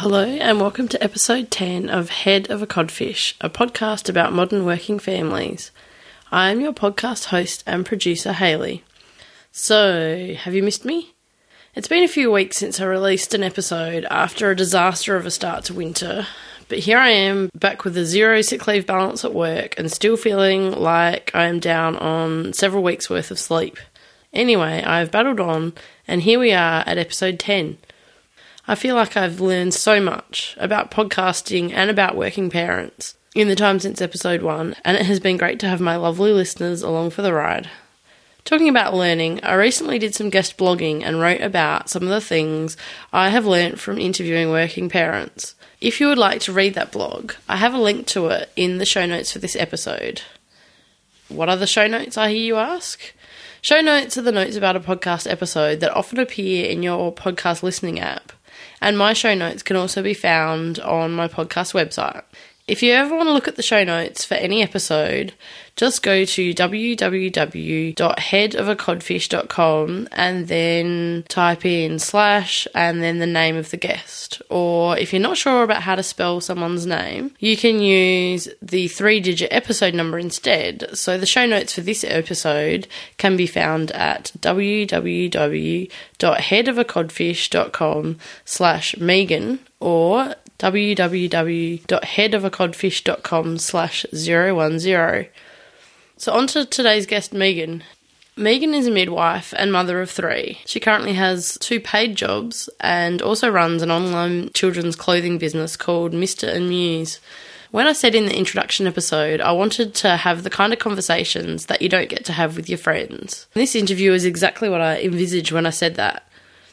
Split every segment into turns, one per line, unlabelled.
and welcome to episode 10 of Head of a Codfish, a podcast about modern working families. I am your podcast host and producer, Haley. So, have you missed me? It's been a few weeks since I released an episode after a disaster of a start to winter, but here I am back with a zero sick leave balance at work and still feeling like I am down on several weeks' worth of sleep. Anyway, I've battled on, and here we are at episode 10. I feel like I've learned so much about podcasting and about working parents in the time since episode one, and it has been great to have my lovely listeners along for the ride. Talking about learning, I recently did some guest blogging and wrote about some of the things I have learnt from interviewing working parents. If you would like to read that blog, I have a link to it in the show notes for this episode. What are the show notes, I hear you ask? Show notes are the notes about a podcast episode that often appear in your podcast listening app, and my show notes can also be found on my podcast website. If you ever want to look at the show notes for any episode, just go to www.headofacodfish.com and then type in slash and then the name of the guest. Or if you're not sure about how to spell someone's name, you can use the three digit episode number instead. So the show notes for this episode can be found at www.headofacodfish.com slash Megan or www.headofacodfish.com slash 010. So on to today's guest, Megan. Megan is a midwife and mother of three. She currently has two paid jobs and also runs an online children's clothing business called Mr. and Muse. When I said in the introduction episode, I wanted to have the kind of conversations that you don't get to have with your friends. This interview is exactly what I envisaged when I said that.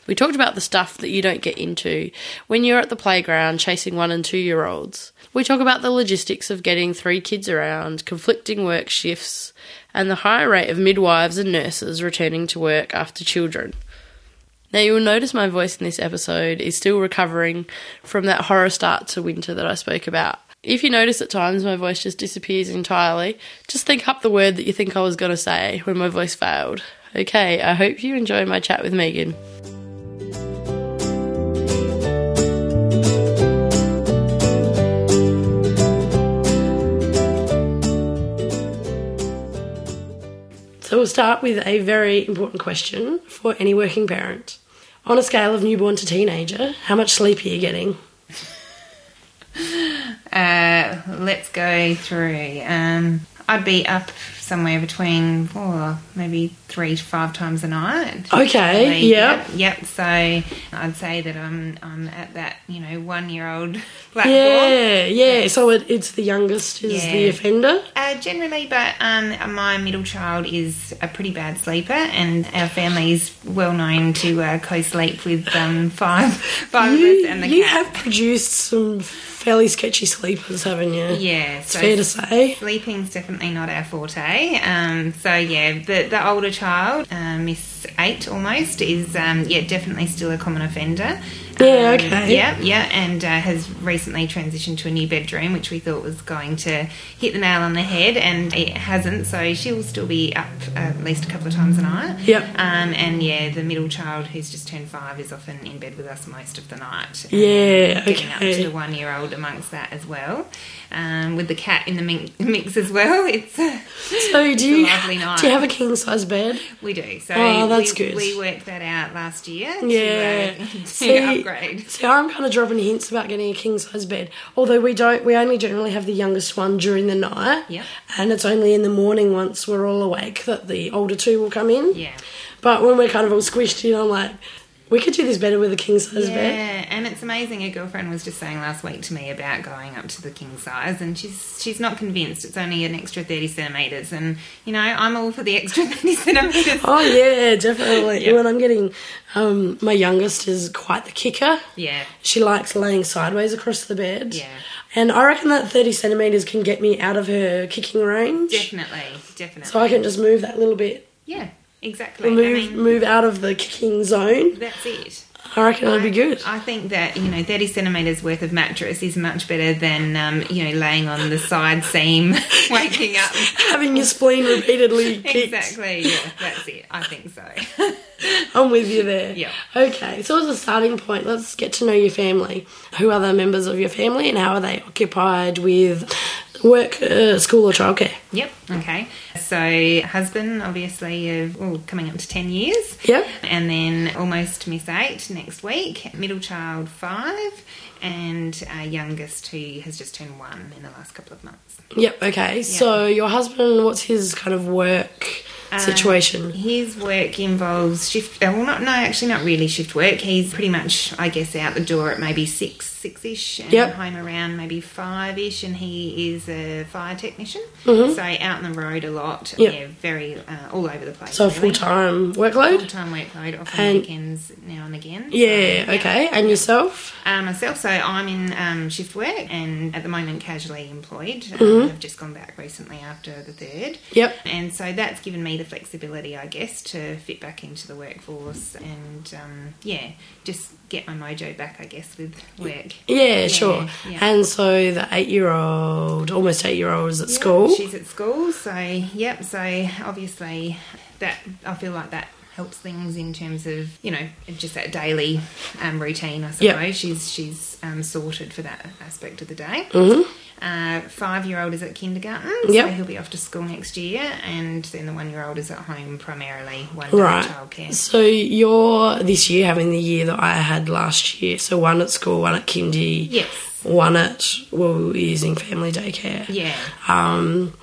We talked about the stuff that you don't get into when you're at the playground chasing one and two year olds. We talk about the logistics of getting three kids around, conflicting work shifts, and the high rate of midwives and nurses returning to work after children. Now, you will notice my voice in this episode is still recovering from that horror start to winter that I spoke about. If you notice at times my voice just disappears entirely, just think up the word that you think I was going to say when my voice failed. Okay, I hope you enjoy my chat with Megan. So we'll start with a very important question for any working parent. On a scale of newborn to teenager, how much sleep are you getting?
Uh, let's go through. Um, I'd be up somewhere between oh, maybe three to five times a night.
Okay,
Probably.
yep.
yep. So I'd say that I'm I'm at that you know one year old platform.
Yeah, yeah. So it, it's the youngest is the
Yeah.
offender.
Uh, generally, but um, my middle child is a pretty bad sleeper, and our family is well known to uh, co-sleep with um, five five of us
You,
and the
you
cat.
have produced some fairly sketchy sleepers, haven't you?
yeah,
It's fair to say.
Sleeping's definitely not our forte. Um, so yeah, the the older child, uh, Miss Eight almost, is um, yeah definitely still a common offender.
Yeah,
Um,
okay.
Yeah, yeah, and uh, has recently transitioned to a new bedroom, which we thought was going to hit the nail on the head, and it hasn't. So she will still be up uh, at least a couple of times a night.
Yep.
Um, and yeah, the middle child, who's just turned five, is often in bed with us most of the night
Yeah,
getting up to the
okay.
one year old amongst that as well. Um, with the cat in the min- mix as well, it's uh,
So
it's
do you,
a lovely night.
do you have a king size bed?
we do. So
Oh, that's
we,
good.
we worked that out last year.
Yeah.
to, uh, to
See-
upgrade.
See, I'm kind of dropping hints about getting a king size bed. Although we don't, we only generally have the youngest one during the night.
Yeah.
And it's only in the morning once we're all awake that the older two will come in.
Yeah.
But when we're kind of all squished in, I'm like, we could do this better with a king size
Yeah,
bed.
and it's amazing. A girlfriend was just saying last week to me about going up to the king size, and she's she's not convinced. It's only an extra thirty centimeters, and you know I'm all for the extra thirty centimeters.
Oh yeah, definitely.
Yeah.
When I'm getting, um, my youngest is quite the kicker.
Yeah,
She likes laying sideways across the bed.
Yeah.
And I reckon that 30 centimetres can get me out of her kicking range.
definitely, definitely.
So I can just move that little bit.
yeah, exactly. I
Move,
mean,
move out of the kicking zone.
that's it.
I reckon that'd be good.
I think that you know, thirty centimeters worth of mattress is much better than um, you know laying on the side seam, waking up.
Having your spleen repeatedly kicked.
Exactly. Yeah, that's it. I think so.
I'm with you there.
Yeah.
Okay, so as a starting point, let's get to know your family. Who are the members of your family and how are they occupied with work, uh, school, or childcare?
Yep. Okay. So husband, obviously, of oh, coming up to ten years.
Yep.
And then almost miss eight next week. Middle child five, and our youngest who has just turned one in the last couple of months.
Yep, okay. So your husband, what's his kind of work
Um,
situation?
his work involves shift. uh, Well, not no, actually, not really shift work. He's pretty much, I guess, out the door at maybe six, six ish, and
Yep.
home around maybe five ish. And he is a fire technician, so out on the road a lot.
Mm-hmm. Yep.
Yeah, very uh, all over the place.
So a full time workload?
time workload, often
And-
weekends now and again. So,
Yeah, okay. And yourself?
uh, myself, so I'm in um, shift work and at the moment casually employed.
Mm-hmm.
Um, I've just gone back recently after the third.
Yep.
And so that's given me the flexibility, I guess, to fit back into the workforce and, um, yeah, just get my mojo back, I guess, with work.
Yeah, sure.
yeah.
And so the eight year old, almost eight year old, is at
Yeah,
school.
She's at school, so yep. So obviously, that I feel like that helps things in terms of you know just that daily um, routine. I suppose
Yep.
she's she's um, sorted for that aspect of the day.
Mhm.
Uh, Five-year-old is at kindergarten, so
Yep.
he'll be off to school next year, and then the one-year-old is at home primarily, one day
Right.
childcare.
So you're this year having the year that I had last year. So one at school, one at kindy,
Yes,
one at well, we were using family daycare.
yeah.
Um,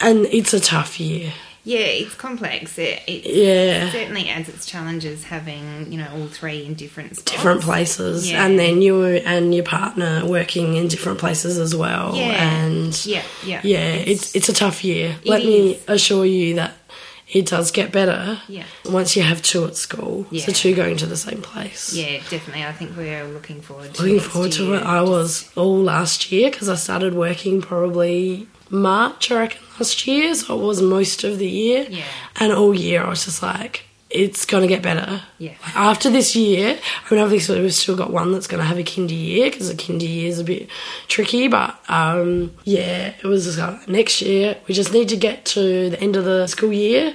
and it's a tough year.
Yeah, it's complex. It, it
Yeah,
certainly adds its challenges having you know all three in different spots.
different places,
Yeah.
and then you and your partner working in different places as well.
Yeah.
and
Yeah, yeah,
yeah, it's it's a tough year.
It
Let me
is.
assure you that it does get better.
Yeah.
once you have two at school, so
Yeah.
two going to the same place.
Yeah, definitely. I think we're looking forward to
Looking
next
forward to
year.
it. I was all last year because I started working probably March, I reckon, last year. So it was most of the year.
Yeah.
And all year I was just like, it's going to get better.
Yeah.
Like, after this year, I mean, obviously we've still got one that's going to have a kinder year because a kinder year is a bit tricky. But um, yeah, it was just like, next year, we just need to get to the end of the school year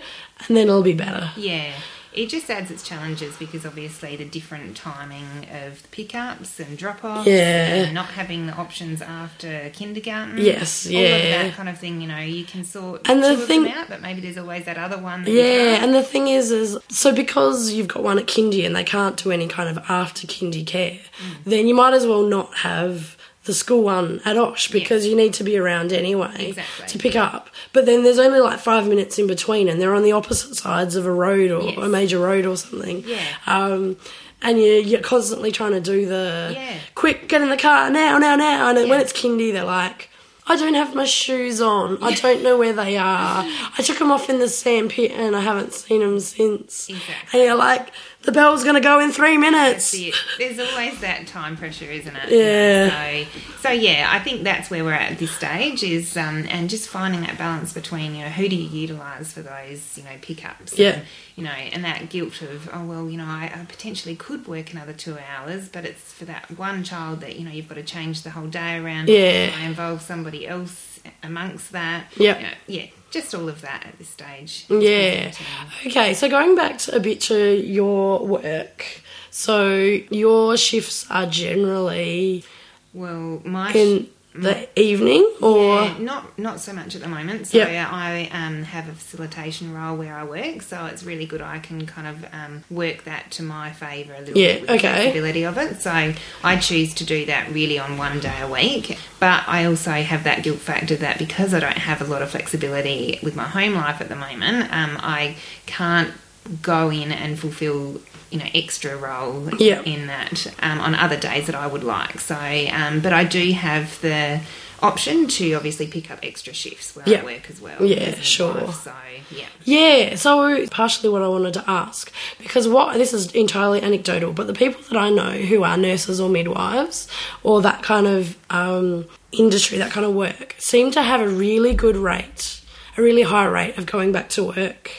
and then it'll be better.
Yeah. It just adds its challenges because obviously the different timing of pickups and drop offs
Yeah.
and not having the options after kindergarten.
Yes,
All of
yeah.
that kind of thing, you know, you can sort
And
and
the
two
thing-
of them out, but maybe there's always that other one that you
Yeah,
can't.
and the thing is, is so because you've got one at kindy and they can't do any kind of after kindy care,
Mm.
then you might as well not have the school one at Osh because you need to be around anyway
Exactly.
to pick up. But then there's only like five minutes in between, and they're on the opposite sides of a road or
Yes.
a major road or something.
Yeah.
Um, and you, you're constantly trying to do the
Yeah.
quick, get in the car now, now, now. And then when
Yeah.
it's kindy, they're like, I don't have my shoes on. I don't know where they are. I took them off in the sand pit and I haven't seen them since.
Exactly.
And you're like, the bell's going to go in three minutes.
That's it. There's always that time pressure, isn't it?
Yeah.
So, so yeah, I think that's where we're at at this stage is, um, and just finding that balance between you know who do you utilise for those you know pickups?
Yeah.
And, you know, and that guilt of oh well, you know, I, I potentially could work another two hours, but it's for that one child that you know you've got to change the whole day around.
Yeah.
I involve somebody else amongst that.
Yep.
You know, yeah. Just all of that at this stage.
Yeah. Okay, so going back to, a bit to your work. So your shifts are generally
Well, my
in the evening or
Mm. Yeah, not not so much at the moment. So
Yep.
I um, have a facilitation role where I work, so it's really good. I can kind of um, work that to my favour a little
Yeah,
bit with the
okay.
flexibility of it. So I choose to do that really on one day a week, but I also have that guilt factor that because I don't have a lot of flexibility with my home life at the moment, um, I can't go in and fulfil you know extra role
Yeah.
in that um, on other days that I would like. So, um, but I do have the option to obviously pick up extra shifts where
Yeah.
I work as well.
Yeah,
as a midwife.
sure.
So, yeah.
Yeah, so partially what I wanted to ask because what this is entirely anecdotal, but the people that I know who are nurses or midwives or that kind of um, industry, that kind of work, seem to have a really good rate, a really high rate of going back to work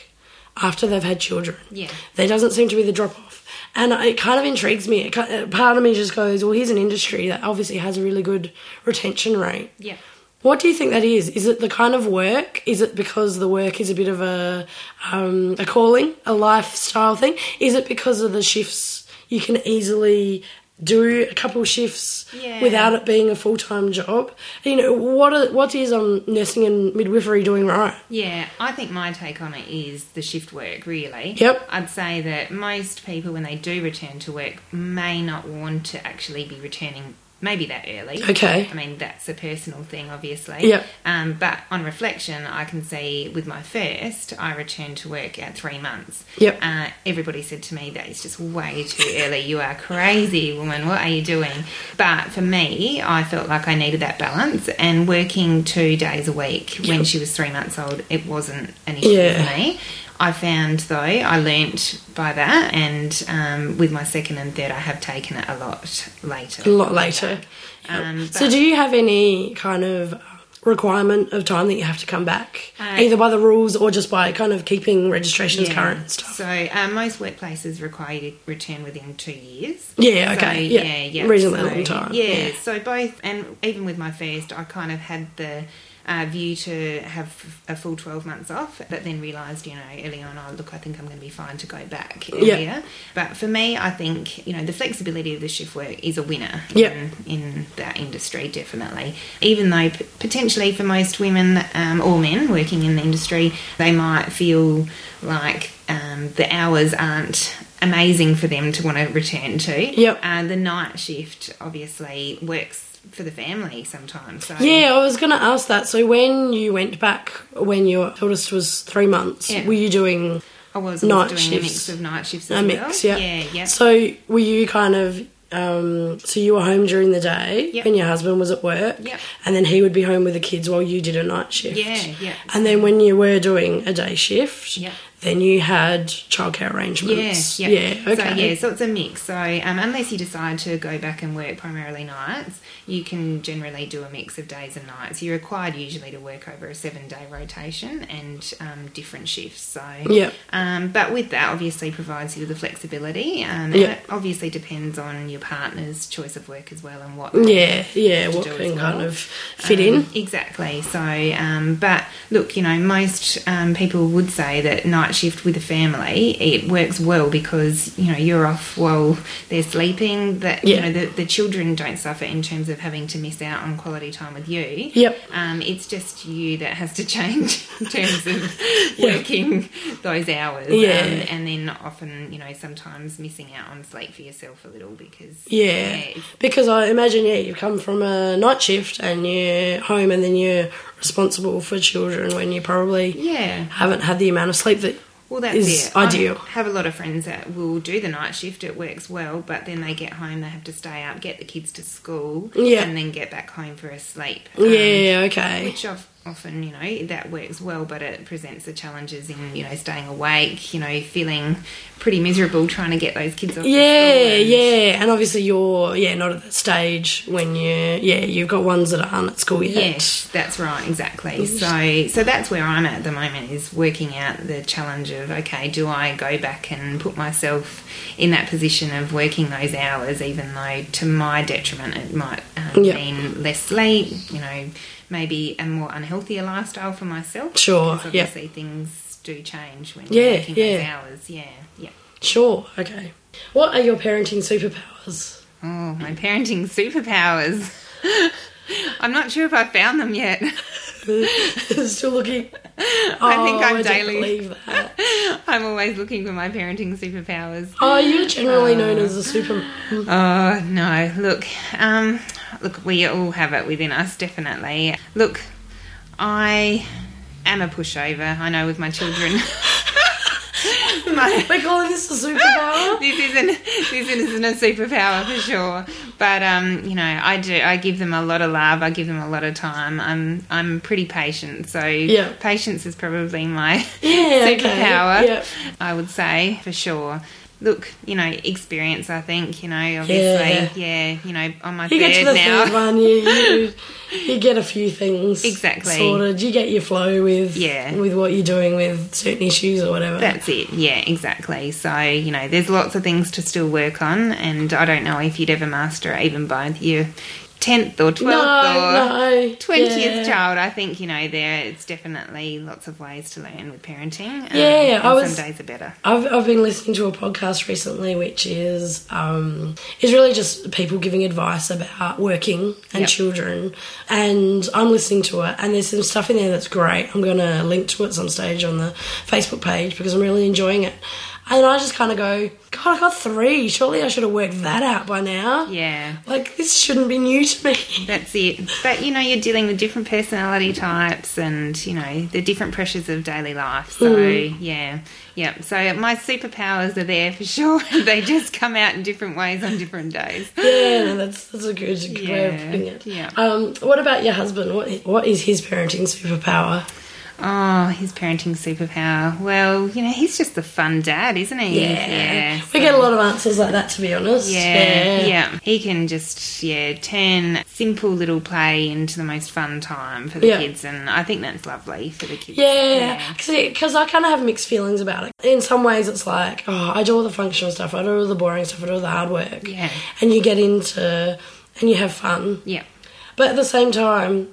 after they've had children.
Yeah.
there doesn't seem to be the drop off. And it kind of intrigues me. It kind part of me just goes, well, here's an industry that obviously has a really good retention rate
Yeah.
What do you think that is? Is it the kind of work? Is it because the work is a bit of a um, a calling, a lifestyle thing? Is it because of the shifts? You can easily do a couple shifts
Yeah.
without it being a full time job. You know what? Are, what is um, nursing and midwifery doing right?
Yeah, I think my take on it is the shift work, really.
Yep.
I'd say that most people, when they do return to work, may not want to actually be returning maybe that early.
Okay.
I mean, that's a personal thing, obviously.
Yep.
Um, but on reflection, I can see with my first, I returned to work at three months.
Yep.
Uh, everybody said to me, that is just way too early. You are crazy, woman. What are you doing? But for me, I felt like I needed that balance and working two days a week when she was three months old, it wasn't an issue
Yeah.
for me. I found though I learnt by that, and um, with my second and third, I have taken it a lot later.
A lot later.
Um,
So,
but-
do you have any kind of requirement of time that you have to come back,
Uh,
either by the rules or just by kind of keeping registrations
Yeah.
current and stuff?
So uh, most workplaces require you to return within two years.
Yeah,
So,
okay, yeah, reasonably long time,
Yeah,
yeah.
So both, and even with my first, I kind of had the uh, view to have a full twelve months off, but then realised, you know, early on, oh look, I think I'm going to be fine to go back earlier. But for me, I think you know the flexibility of the shift work is a winner
Yep.
in, in that industry, definitely. Even though p- potentially for most women um, or men working in the industry, they might feel like um, the hours aren't amazing for them to want to return to.
Yep.
Uh, the night shift obviously works for the family sometimes. So
Yeah, I was going to ask that. So, when you went back, when your eldest was three months,
Yeah.
were you doing
I was
Night
always doing a mix
shifts.
of night shifts as
a mix?
well.
Yeah.
Yeah, yeah.
So, were you kind of. Um, so you were home during the day
Yep.
and your husband was at work
Yep.
and then he would be home with the kids while you did a night shift.
Yeah, yeah.
And then when you were doing a day shift,
Yep.
then you had childcare
Yeah,
arrangements.
yeah.
Yeah, okay.
So, yeah, so it's a mix. So, um, unless you decide to go back and work primarily nights, you can generally do a mix of days and nights. You're required usually to work over a seven day rotation and um, different shifts. So,
Yep.
Um, but with that, obviously, provides you with the flexibility. Um, and
Yeah.
it obviously depends on your partner's choice of work as well and what
Yeah, yeah, what
do as
can kind
well.
of fit
Um,
in.
Exactly. So, um, but look, you know, most um, people would say that night shift with a family it works well because you know you're off while they're sleeping. That
Yeah.
you know the, the children don't suffer in terms of having to miss out on quality time with you.
Yep.
Um, it's just you that has to change in terms of
Yeah.
working those hours.
Yeah.
Um, and then often, you know, sometimes missing out on sleep for yourself a little because
Yeah.
it's-
Because I imagine, yeah, you come from a night shift and you're home and then you're responsible for children when you probably
yeah.
haven't had the amount of sleep that.
Well, that's
is
it. I
ideal.
have a lot of friends that will do the night shift. It works well, but then they get home, they have to stay up, get the kids to school,
Yeah.
and then get back home for a sleep. Um,
Yeah, okay.
Which of, often, you know, that works well, but it presents the challenges in, you know, staying awake, you know, feeling pretty miserable trying to get those kids off. to
Yeah,
school and-
yeah. And obviously you're, yeah, not at that stage when you, yeah, you've got ones that aren't at school yet.
Yes, that's right, exactly. So, so that's where I'm at the moment is working out the challenge of okay, do I go back and put myself in that position of working those hours, even though to my detriment it might um,
Yeah.
mean less sleep, you know, maybe a more unhealthier lifestyle for myself.
Sure,
because
yeah.
obviously things do change when
Yeah,
you're working those
yeah.
hours. Yeah, yeah.
Sure, okay. What are your parenting superpowers?
Oh, my parenting superpowers. I'm not sure if I found them yet.
Still looking.
I think
Oh,
I'm
I don't
daily.
believe that.
I'm always looking for my parenting superpowers.
Oh, you're generally known
Uh.
as a super.
Oh no! Look, um, look, we all have it within us, definitely. Look, I am a pushover. I know with my children. my,
We're calling this a superpower.
this isn't this isn't a superpower for sure. But um, you know, I do. I give them a lot of love. I give them a lot of time. I'm I'm pretty patient. So
Yeah.
patience is probably my
Yeah, okay,
superpower.
yeah.
I would say for sure. Look, you know, experience. I think you know, obviously, yeah, you know, on my
You
third
get to the
now.
third one, you, you you get a few things
Exactly.
sorted. You get your flow with
Yeah.
with what you're doing with certain issues or whatever.
That's it. Yeah, exactly. So, you know, there's lots of things to still work on, and I don't know if you'd ever master it even by your tenth or twelfth
No,
or
no,
twentieth
yeah.
child, I think you know there it's definitely lots of ways to learn with parenting. um,
Yeah, I
and
was-
some days are better.
I've, I've been listening to a podcast recently which is um, is really just people giving advice about working and
Yep.
children and I'm listening to it and there's some stuff in there that's great I'm gonna link to it some stage on the Facebook page because I'm really enjoying it and I just kind of go God I got three surely I should have worked that out by now
Yeah.
like this shouldn't be new to me
That's it. But you know, you're dealing with different personality types and, you know, the different pressures of daily life. So,
Mm.
yeah. Yeah. So, my superpowers are there for sure. they just come out in different ways on different days.
yeah no, that's that's a good, good way of
Yeah,
putting it
yeah.
um, what about your husband what what is his parenting superpower
Oh, his parenting superpower. Well, you know, he's just a fun dad, isn't he?
Yeah.
so-
We get a lot of answers like that, to be honest.
Yeah, yeah. He can just yeah turn simple little play into the most fun time for the
Yeah.
kids, and I think that's lovely for the kids.
Yeah, because I kind of have mixed feelings about it. In some ways, it's like, oh, I do all the functional stuff, I do all the boring stuff, I do all the hard work.
Yeah.
And you get into and you have fun.
yeah.
But at the same time,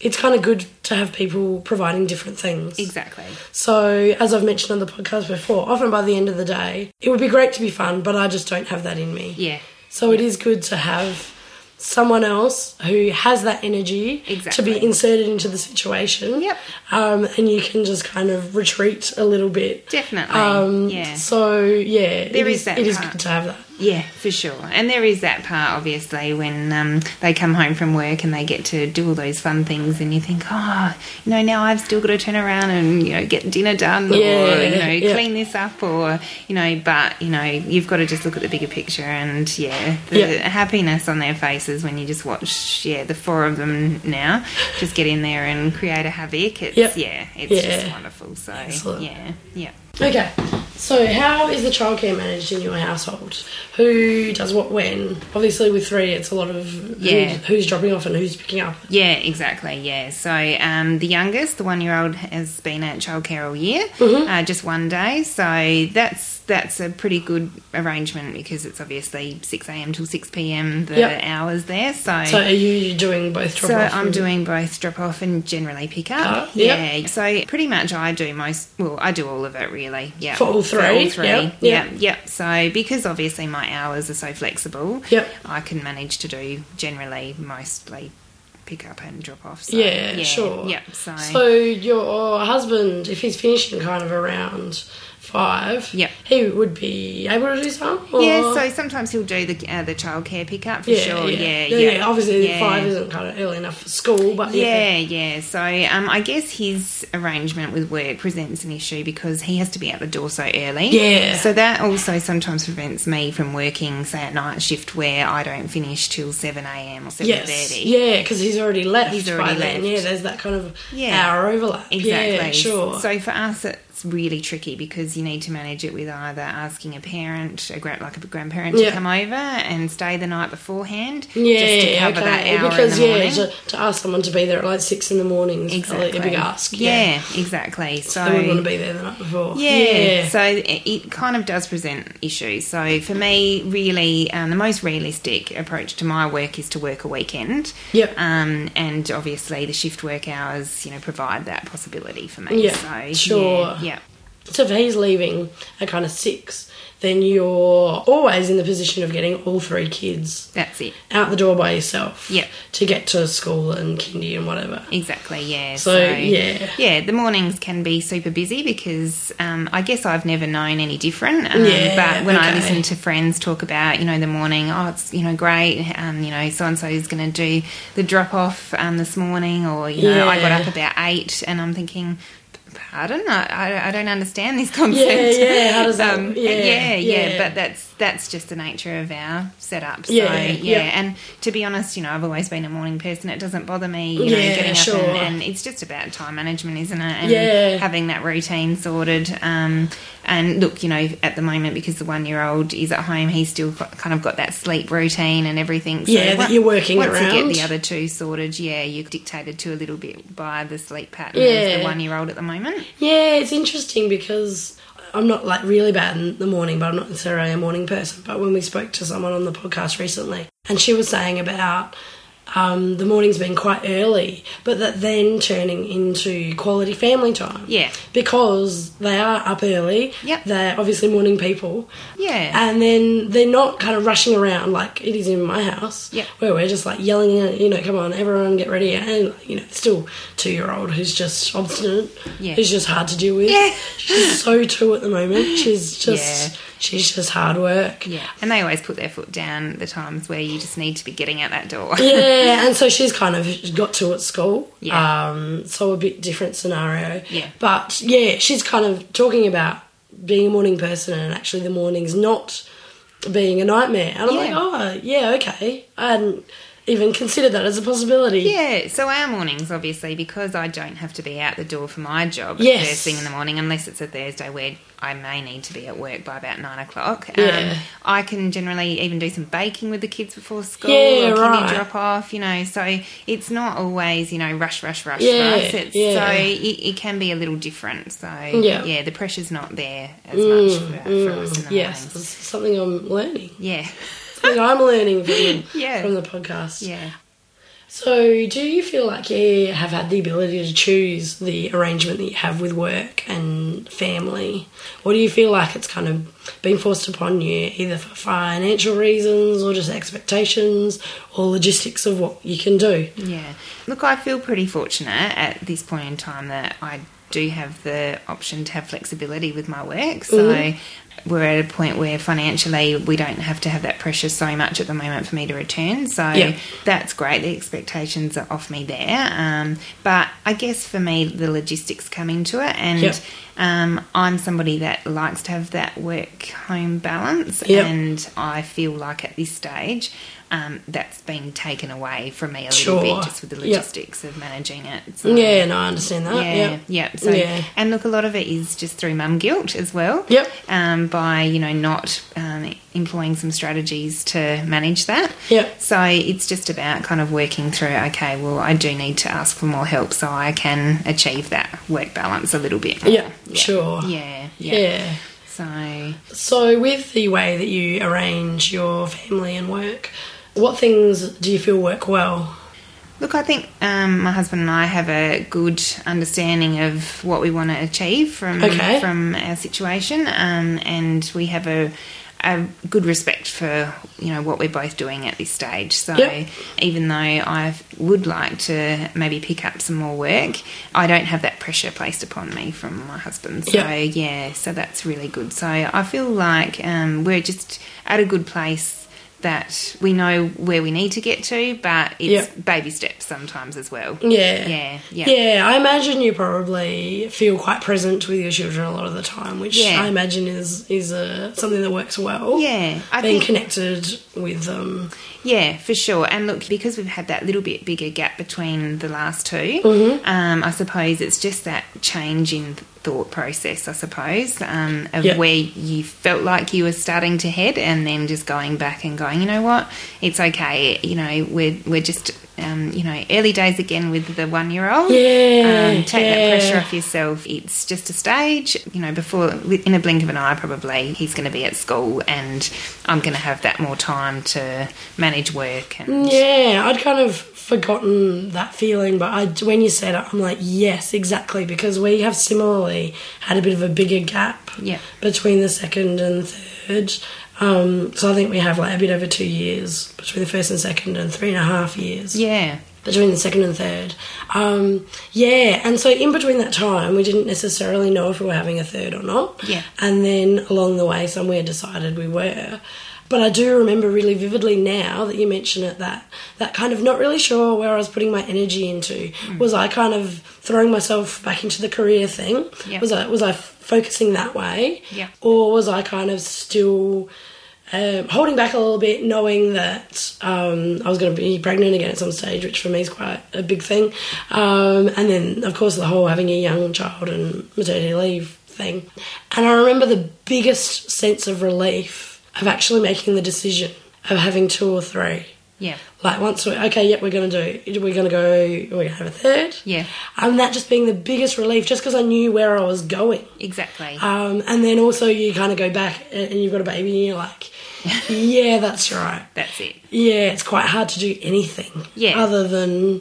it's kind of good to have people providing different things.
Exactly.
So, as I've mentioned on the podcast before, often by the end of the day, it would be great to be fun, but I just don't have that in me.
Yeah.
So it is good to have someone else who has that energy to
Exactly.
be inserted into the situation.
Yep.
Um, and you can just kind of retreat a little bit.
Definitely.
Um,
yeah.
So yeah,
There
it
is
is,
that
it is
part.
good to have that.
Yeah, for sure. And there is that part, obviously, when um, they come home from work and they get to do all those fun things, and you think, oh, you know, now I've still got to turn around and you know get dinner done, or
Yeah,
you know,
yeah.
clean this up, or you know, but you know, you've got to just look at the bigger picture, and yeah, the
Yeah.
happiness on their faces when you just watch, yeah, the four of them now just get in there and create a havoc. It's
Yep.
yeah, it's
Yeah.
just wonderful. So
Excellent.
yeah, yeah.
Okay. So how is the childcare managed in your household? Who does what when? Obviously, with three, it's a lot of who-
Yeah.
who's dropping off and who's picking up.
Yeah, exactly. Yeah. So um, the youngest, the one-year-old, has been at childcare all year,
Mm-hmm.
uh, just one day. So that's that's a pretty good arrangement because it's obviously six a.m. till six p.m. the
Yep.
hours there. So.
So are you doing both drop
so
off?
I'm
and-
doing both drop off and generally pick
Up,
up.
yep.
Yeah. So pretty much I do most. Well, I do all of it really. Yeah.
For all three,
Yeah.
yep, yep.
Yeah. So because obviously my hours are so flexible.
Yep.
I can manage to do generally mostly pick up and drop off. So,
yeah, sure.
Yeah. So.
So your husband, if he's finishing kind of around five,
Yeah.
he would be able to do some. Or...
yeah, so sometimes he'll do the uh, the childcare pickup for sure. Yeah,
yeah,
yeah,
Obviously,
Yeah.
five isn't kind of early enough for school, but yeah,
Yeah, yeah. So um, I guess his arrangement with work presents an issue because he has to be out the door so early.
Yeah.
So that also sometimes prevents me from working, say, at night shift where I don't finish till seven a.m. or seven
yes,
thirty.
yeah, because he's already left.
He's
by
already
then.
left.
Yeah, there's that kind of
Yeah.
hour overlap.
Exactly.
Yeah, sure.
So for us, it's really tricky because you need to manage it with either asking a parent, a grand, like a grandparent,
Yeah.
to come over and stay the night beforehand,
yeah,
just to cover
okay.
that hour
because
in the
yeah,
morning.
to, to ask someone to be there at like six in the morning is probably
exactly.
a big ask.
Yeah, exactly. So.
they would want to be oh, there the night before.
yeah. so it it kind of does present issues. So for me, really, um, the most realistic approach to my work is to work a weekend.
Yep.
Um, and obviously, the shift work hours, you know, provide that possibility for me.
Yeah,
So,
sure.
Yeah. yeah.
So if he's leaving at kind of six, then you're always in the position of getting all three kids
That's it.
out the door by yourself.
Yep.
To get to school and kindy and whatever.
Exactly, yeah.
So, yeah.
Yeah, the mornings can be super busy because um, I guess I've never known any different. Um,
Yeah,
but when I
okay.
listen to friends talk about, you know, the morning, oh, it's, you know, great, um, you know, so and so is going to do the drop off um, this morning, or, you know, I got
Yeah.
up about eight, and I'm thinking, pardon, I, I, I don't understand this concept. Um,
yeah, how does that- yeah,
yeah, yeah,
yeah.
But that's that's just the nature of our setup. So,
Yeah,
yeah,
yeah.
And to be honest, you know, I've always been a morning person. It doesn't bother me, you know,
Yeah,
getting up
sure.
and, and it's just about time management, isn't it? And
Yeah.
having that routine sorted. Um, and look, you know, at the moment because the one-year-old is at home, he's still got, kind of got that sleep routine and everything. So
Yeah, that
on-
you're working
once you
around.
get the other two sorted, yeah, you're dictated to a little bit by the sleep pattern
Yeah.
of the one-year-old at the moment.
Yeah, it's interesting because I'm not like really bad in the morning, but I'm not necessarily a morning person. But when we spoke to someone on the podcast recently, and she was saying about um, the morning's been quite early, but that then turning into quality family time.
Yeah.
Because they are up early.
Yep.
They're obviously morning people.
Yeah.
And then they're not kind of rushing around like it is in my house.
Yep.
Where we're just like yelling, at, you know, come on, everyone get ready. And, you know, still two year old who's just obstinate.
Yeah.
Who's just hard to deal with.
Yeah.
She's so two at the moment. She's just,
Yeah.
she's just hard work.
yeah. And they always put their foot down the times where you just need to be getting out that door.
yeah, and so she's kind of got to at school.
Yeah.
Um, so a bit different scenario.
Yeah.
But yeah, she's kind of talking about being a morning person and actually the mornings not being a nightmare. And I'm
Yeah.
like, oh, yeah, okay. I hadn't even considered that as a possibility.
Yeah, so our mornings, obviously, because I don't have to be out the door for my job
Yes.
first thing in the morning, unless it's a Thursday where I may need to be at work by about nine o'clock.
Yeah.
Um, I can generally even do some baking with the kids before school
Yeah,
or
right.
kindy drop off, you know, so it's not always, you know, rush, rush, rush
Yeah,
for us. It's,
yeah.
So it, it can be a little different. So,
Yeah. Mm,
yeah, the pressure's not there as much for, for us in the
Yes,
mornings.
it's something I'm learning.
Yeah.
Something I'm learning from,
Yeah.
from the podcast.
Yeah.
So, do you feel like you have had the ability to choose the arrangement that you have with work and family? Or do you feel like it's kind of been forced upon you either for financial reasons or just expectations or logistics of what you can do?
Yeah. Look, I feel pretty fortunate at this point in time that I do have the option to have flexibility with my work. So
Mm-hmm.
we're at a point where financially we don't have to have that pressure so much at the moment for me to return. So
Yeah.
that's great. The expectations are off me there. Um, but I guess for me, the logistics come into it. And
Yeah.
um, I'm somebody that likes to have that work home balance.
Yeah.
And I feel like at this stage, um, that's been taken away from me a little
Sure.
bit just with the
Yeah.
logistics of managing it. So,
Yeah, no, I understand that.
Mm. Yeah,
Yeah.
yeah. So,
Yeah.
and look, a lot of it is just through mum guilt as well.
Yep.
Um, by you know not um, employing some strategies to manage that.
Yep.
So it's just about kind of working through. Okay, well, I do need to ask for more help so I can achieve that work balance a little bit. more.
Yeah, sure.
Yeah, yeah.
Yeah.
So
So, with the way that you arrange your family and work, what things do you feel work well?
Look, I think um, my husband and I have a good understanding of what we want to achieve from
Okay.
from our situation, um, and we have a, a good respect for you know what we're both doing at this stage. So
Yep.
even though I would like to maybe pick up some more work, I don't have that pressure placed upon me from my husband. So
Yep.
yeah, so that's really good. So I feel like um, we're just at a good place. That we know where we need to get to, but it's
Yep.
baby steps sometimes as well.
Yeah.
Yeah. Yeah.
Yeah, I imagine you probably feel quite present with your children a lot of the time, which
Yeah.
I imagine is is a, something that works well.
Yeah, I
being
think-
connected with them.
Yeah, for sure. And look, because we've had that little bit bigger gap between the last 2
Mm-hmm.
um, I suppose it's just that change in thought process, I suppose, um, of
Yeah.
where you felt like you were starting to head and then just going back and going, you know what, it's okay. You know, we're, we're just, um, you know, early days again with the one year old.
Yeah,
Um, take
yeah.
that pressure off yourself. It's just a stage. You know, before, in a blink of an eye, probably, he's going to be at school and I'm going to have that more time to manage work. And
Yeah, I'd kind of forgotten that feeling, but I, when you said it, I'm like, yes, exactly, because we have similarly had a bit of a bigger gap
Yeah.
between the second and third. Um, so I think we have like a bit over two years between the first and second, and three and a half years.
yeah.
between the second and third. Um, yeah, and so in between that time, we didn't necessarily know if we were having a third or not.
Yeah.
And then along the way, somewhere decided we were. But I do remember really vividly now that you mention it that that kind of not really sure where I was putting my energy into.
Mm.
Was I kind of throwing myself back into the career thing?
Yeah.
Was I was I f- focusing that way?
Yeah.
Or was I kind of still um, holding back a little bit, knowing that um, I was going to be pregnant again at some stage, which for me is quite a big thing. Um, and then, of course, the whole having a young child and maternity leave thing. And I remember the biggest sense of relief of actually making the decision of having two or three.
Yeah.
Like once we okay, yep, we're gonna do. We're gonna go. We're gonna have a third.
Yeah.
And that just being the biggest relief, just because I knew where I was going.
Exactly.
Um, and then also you kind of go back and and you've got a baby and you're like, yeah, that's right.
That's it.
Yeah, it's quite hard to do anything
Yeah.
other than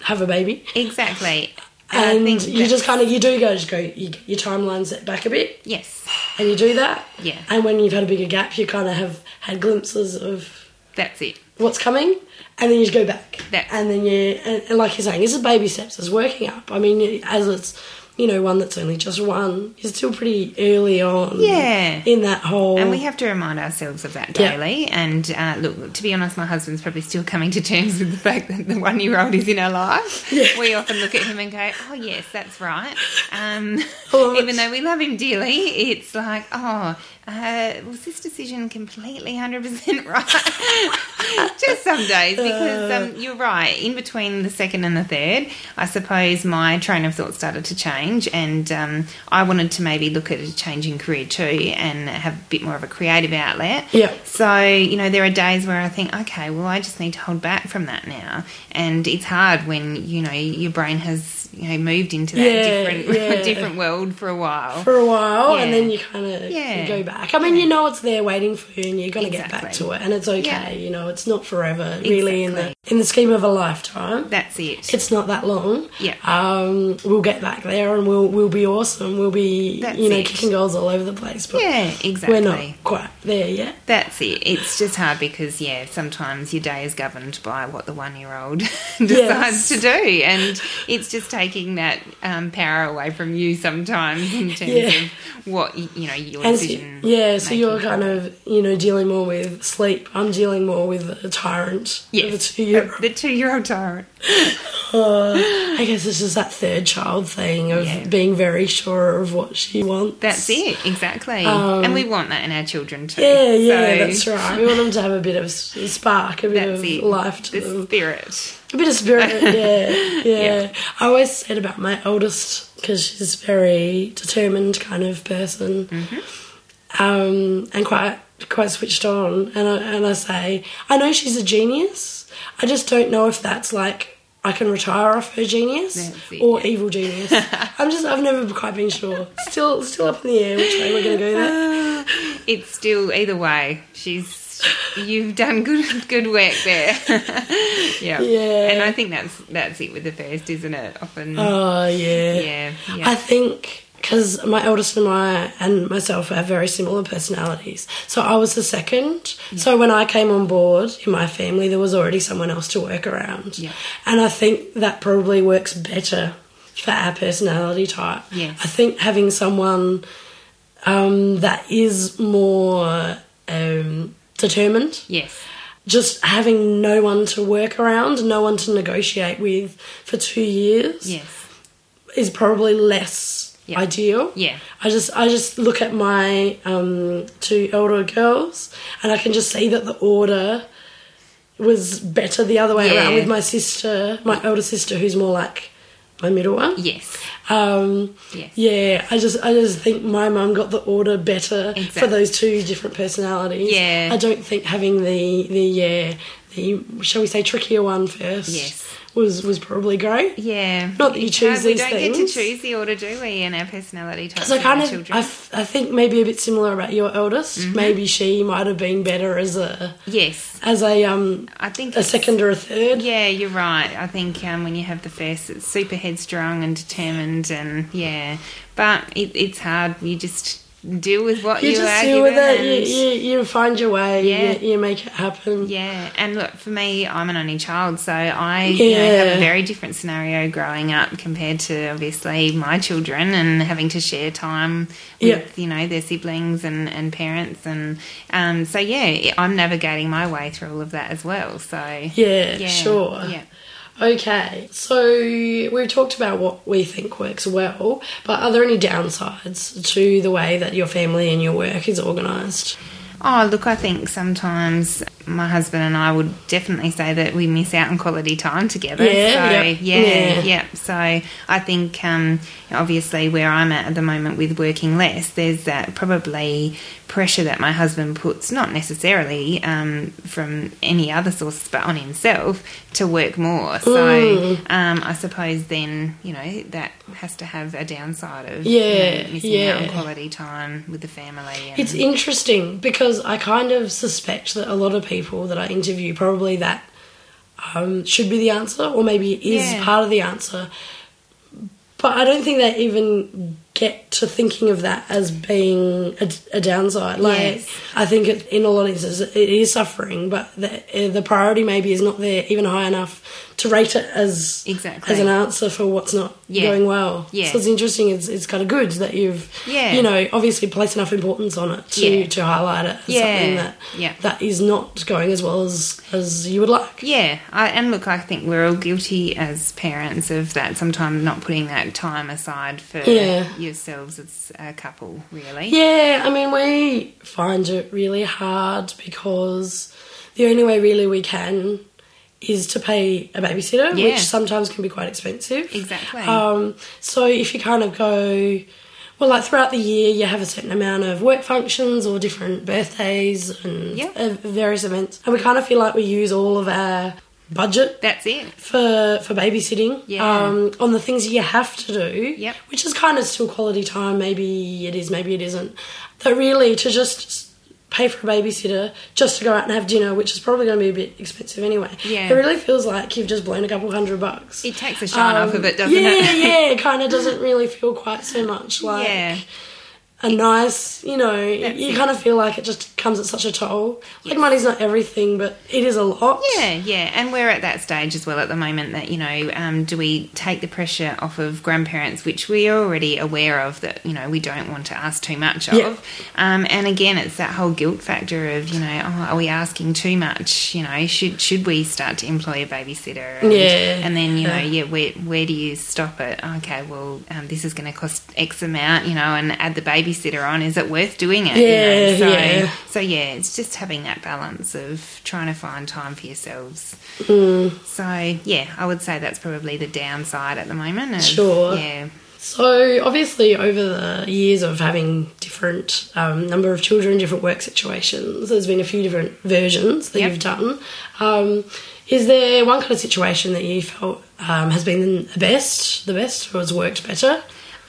have a baby.
Exactly.
And you
Uh, that-
just kind of you do go just go you, your timelines set back a bit,
yes,
and you do that.
Yeah.
And when you've had a bigger gap, you kind of have had glimpses of
that's it.
what's coming, and then you just go back.
That-
And then you, and, and like you're saying, this is baby steps. It's working up. I mean, as it's, you know, one that's only just one, you're still pretty early on.
Yeah.
In that whole.
And we have to remind ourselves of that
Yeah.
daily. And uh, look, to be honest, my husband's probably still coming to terms with the fact that the one year old is in our life. We often look at him and go, oh, yes, that's right. Um,
Oh,
even
it's-
though we love him dearly, it's like, oh, uh, was this decision completely 100% right? Just some days, because
Uh.
um, you're right. In between the second and the third, I suppose my train of thought started to change, and um, I wanted to maybe look at a changing career too and have a bit more of a creative outlet.
Yeah.
So, you know, there are days where I think, okay, well, I just need to hold back from that now. And it's hard when, you know, your brain has, you know, moved into that
Yeah,
different
yeah.
different world for a while.
for a while, and
Yeah.
then you kind of
Yeah.
go back. I mean, you know it's there waiting for you, and you're gonna get back
Exactly.
to it, and it's okay.
Yeah.
You know, it's not forever, really, in the
Exactly.
in the scheme of a lifetime.
That's it.
it's not that long.
Yeah.
Um, we'll get back there and we'll we'll be awesome. We'll be
That's
you know
it.
kicking goals all over the place. But
Yeah, exactly.
We're not quite there yet.
That's it. It's just hard because, yeah, sometimes your day is governed by what the one year old decides
Yes.
to do. And it's just taking that um, power away from you sometimes in terms
Yeah.
of what, y- you know, your
And so-
decision.
yeah, so you're
making.
kind of you know dealing more with sleep. I'm dealing more with a tyrant.
Yes. Uh,
The two year.
The two year old tyrant.
I guess it's just that third child thing of
Yeah.
being very sure of what she wants.
That's it, exactly. and we want that in our children too.
Um, Yeah, yeah,
So
that's right. We want them to have a bit of s- spark, a bit
That's
of
it.
life to
the
them.
spirit.
A bit of spirit, yeah, yeah. I always said about my eldest because she's a very determined kind of person, um, and quite quite switched on. And I, and I say, I know she's a genius. I just don't know if that's like I can retire off her genius
That's it,
or evil genius. I'm just I've never quite been sure. Still still up in the air which way we're gonna go there.
It's still either way. She's you've done good good work there. yeah.
Yeah.
And I think that's that's it with the first, isn't it? Often
Oh
Yeah. yeah.
I think because my eldest and my and myself have very similar personalities. So I was the second. So when I came on board in my family, there was already someone else to work around.
Yeah.
And I think that probably works better for our personality type.
Yes.
I think having someone um, that is more um, determined
yes.
just having no one to work around, no one to negotiate with for two years
Yes.
is probably less
Yeah.
ideal.
Yeah.
I just I just look at my um, two elder girls and I can just see that the order was better the other way
Yeah.
around with my sister, my elder sister who's more like my middle one.
Yes.
Um,
Yes.
Yeah, I just I just think my mum got the order better for
Exactly.
those two different personalities.
Yeah.
I don't think having the the yeah the shall we say trickier one first.
Yes.
Was was probably great.
Yeah.
Not that you
It's
choose
hard. We
these
don't get
things.
to choose the order, do we, in our personality types?
So I
in our
kind of
children? Mm-hmm.
I, f- I think maybe a bit similar about your eldest. Maybe she might have been better as a
yes.
as a um
I think
a
it's-
second or a third.
Yeah, you're right. I think um, when you have the first, it's super headstrong and determined, and yeah, but it, it's hard. You just deal with what
You
you,
just
are
deal with
given
it. You,
and-
you, you find your way.
Yeah.
You, you make it happen.
yeah, and look, for me, I'm an only child, so I you know,
Yeah.
have a very different scenario growing up compared to obviously my children and having to share time with
Yeah.
you know their siblings and, and parents, and um, so yeah, I'm navigating my way through all of that as well. So
Yeah, sure.
yeah.
Okay, so we've talked about what we think works well, but are there any downsides to the way that your family and your work is organised?
Oh, look, I think sometimes my husband and I would definitely say that we miss out on quality time together.
Yeah,
so,
yep,
yeah,
yeah.
yeah. So I think um, obviously where I'm at at the moment with working less, there's that probably pressure that my husband puts, not necessarily um, from any other sources, but on himself to work more. So
Mm.
um, I suppose then you know that has to have a downside of you know,
Yeah,
missing out on
yeah.
quality time with the family. And,
It's interesting because I kind of suspect that a lot of people that I interview probably that um, should be the answer, or maybe it is
Yeah.
part of the answer. But I don't think they even get to thinking of that as being a, a downside. Like
Yes.
I think it, in a lot of instances it is suffering, but the, uh, the priority maybe is not there even high enough to rate it as
Exactly.
as an answer for what's not
Yeah.
going well.
Yeah.
So it's interesting. It's it's kind of good that you've
Yeah.
you know know, obviously place enough importance on it to
Yeah.
to highlight it as
Yeah.
something that
Yeah.
that is not going as well as as you would like.
Yeah, I, and look, I think we're all guilty as parents of that. Sometimes not putting that time aside for
Yeah.
yourselves as a couple, really.
Yeah, I mean we find it really hard because the only way really we can is to pay a babysitter,
Yeah.
which sometimes can be quite expensive.
Exactly.
Um, so if you kind of go, well, like throughout the year, you have a certain amount of work functions or different birthdays and
Yeah.
uh, various events, and we kind of feel like we use all of our budget
That's it.
for for babysitting
Yeah.
um, on the things you have to do,
Yep.
which is kind of still quality time. Maybe it is, maybe it isn't. But really, to just s- pay for a babysitter just to go out and have dinner, which is probably going to be a bit expensive anyway.
Yeah.
It really feels like you've just blown a couple hundred bucks. Um,
It takes the shine off of it, doesn't
yeah,
it?
yeah, it kind of doesn't really feel quite so much like
yeah.
a nice, you know,
That's
you
it.
kind of feel like it just comes at such a toll. Like money's not everything, but it is a lot.
Yeah, yeah, and we're at that stage as well at the moment that you know, um, do we take the pressure off of grandparents, which we're already aware of that you know we don't want to ask too much of,
Yeah.
um, and again, it's that whole guilt factor of you know, oh, are we asking too much? You know, should should we start to employ a babysitter? And,
Yeah.
and then you know,
Yeah.
yeah, where where do you stop it? Okay, well, um, this is going to cost X amount, you know, and add the babysitter on. Is it worth doing it?
Yeah,
you know? so,
yeah.
so yeah, it's just having that balance of trying to find time for yourselves.
Mm.
So yeah, I would say that's probably the downside at the moment. of-
Sure.
Yeah.
So obviously, over the years of having different um, number of children, different work situations, there's been a few different versions that
Yep.
you've done. Um, is there one kind of situation that you felt um, has been the best, the best, or has worked better?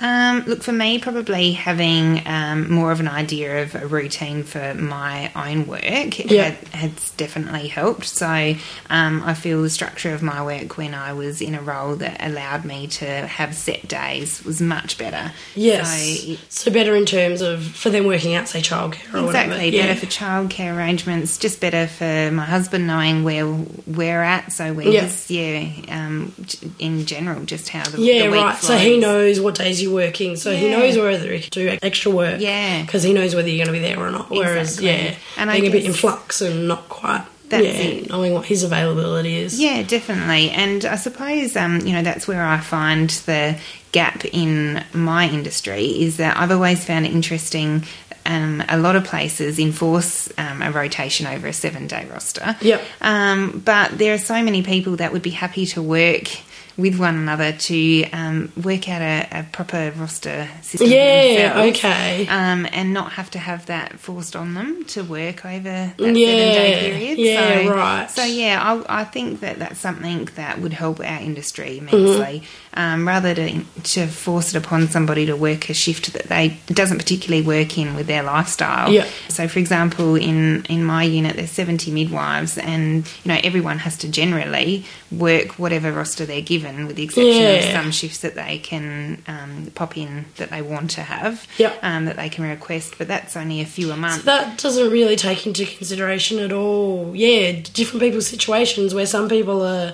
Um, look, for me, probably having um, more of an idea of a routine for my own work
Yeah.
had, has definitely helped. So um, I feel the structure of my work when I was in a role that allowed me to have set days was much better.
Yes.
So
So, better in terms of for them working out, say childcare or whatever.
Exactly, better for childcare arrangements, just better for my husband knowing where we're at, so where
Yeah.
he's, yeah, um, j- in general, just how the,
Yeah,
the week
right. So he
flows.
knows what days you're working, so he
Yeah.
knows whether he can do extra work.
Yeah.
because he knows whether you're going to be there or not. Whereas,
Exactly.
yeah,
And I
being a bit in
guess-
flux and not quite.
That's
yeah,
it.
knowing what his availability is.
Yeah, definitely. And I suppose, um, you know, that's where I find the gap in my industry is that I've always found it interesting. Um, a lot of places enforce um, a rotation over a seven day roster.
Yep.
Um, but there are so many people that would be happy to work with one another to um, work out a, a proper roster system.
Yeah,
themselves
okay.
um, and not have to have that forced on them to work over that seven
Yeah,
day period.
yeah,
so,
right.
So yeah, I, I think that that's something that would help our industry
Mm-hmm.
immensely, um, rather to, to force it upon somebody to work a shift that they it doesn't particularly work in with their lifestyle.
Yeah.
So for example, in in my unit, there's 70 midwives, and you know everyone has to generally work whatever roster they're given, with the exception of
Yeah.
some shifts that they can um, pop in that they want to have
Yep.
um, that they can request, but that's only a few a month.
That doesn't really take into consideration at all. Yeah, different people's situations where some people are